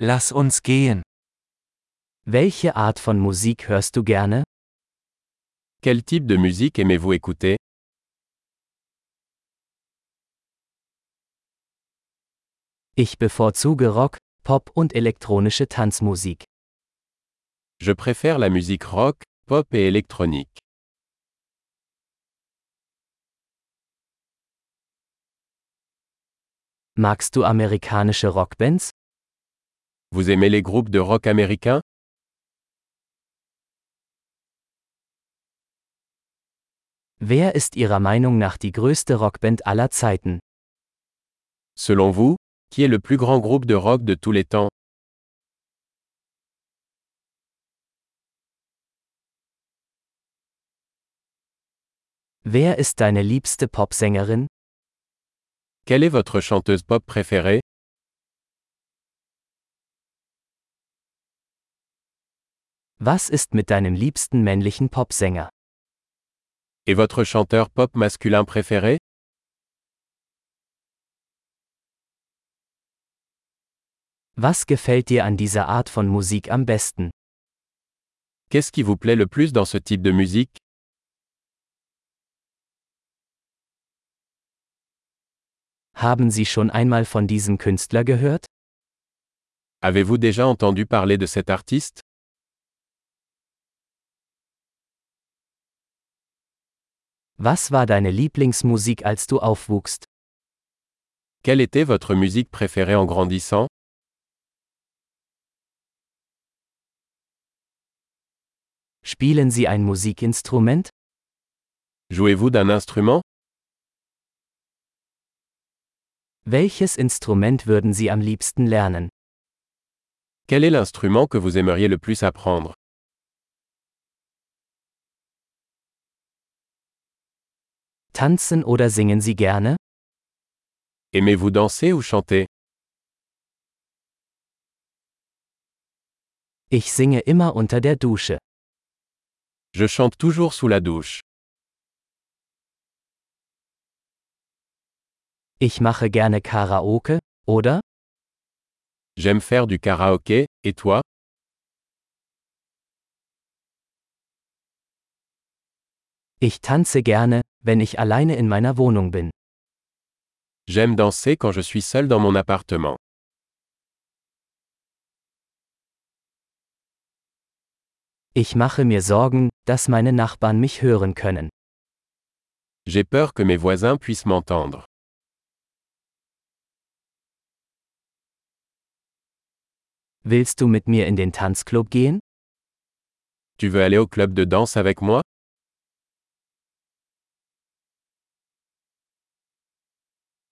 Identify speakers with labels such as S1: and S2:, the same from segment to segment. S1: Lass uns gehen.
S2: Welche Art von Musik hörst du gerne?
S3: Quel type de musique aimez-vous écouter
S2: Ich bevorzuge Rock, Pop und elektronische Tanzmusik.
S3: Je préfère la musique rock, pop et électronique.
S2: Magst du amerikanische Rockbands?
S3: Vous aimez les groupes de rock américains
S2: Wer ist Ihrer Meinung nach die größte Rockband aller Zeiten?
S3: Selon vous, qui est le plus grand groupe de rock de tous les temps
S2: Wer ist deine liebste Popsängerin?
S3: Quelle est votre chanteuse pop préférée
S2: Was ist mit deinem liebsten männlichen Popsänger?
S3: Et votre chanteur pop masculin préféré
S2: Was gefällt dir an dieser Art von Musik am besten?
S3: Qu'est-ce qui vous plaît le plus dans ce type de musique
S2: Haben Sie schon einmal von diesem Künstler gehört?
S3: Avez-vous déjà entendu parler de cet artiste
S2: Was war deine Lieblingsmusik, als du aufwuchst?
S3: Quelle était votre musique préférée en grandissant
S2: Spielen Sie ein Musikinstrument?
S3: Jouez-vous d'un instrument
S2: Welches Instrument würden Sie am liebsten lernen?
S3: Quel est l'instrument que vous aimeriez le plus apprendre
S2: Tanzen oder singen Sie gerne?
S3: Aimez-vous danser ou chanter
S2: Ich singe immer unter der Dusche.
S3: Je chante toujours sous la douche.
S2: Ich mache gerne Karaoke, oder?
S3: J'aime faire du karaoké, et toi
S2: Ich tanze gerne, wenn ich alleine in meiner Wohnung bin.
S3: J'aime danser quand je suis seul dans mon appartement.
S2: Ich mache mir Sorgen, dass meine Nachbarn mich hören können.
S3: J'ai peur que mes voisins puissent m'entendre.
S2: Willst du mit mir in den Tanzclub gehen?
S3: Tu veux aller au club de danse avec moi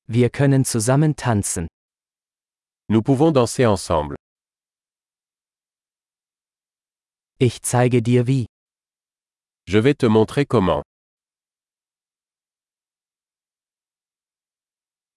S2: Wir können zusammen tanzen.
S3: Nous pouvons danser ensemble.
S2: Ich zeige dir wie.
S3: Je vais te montrer comment.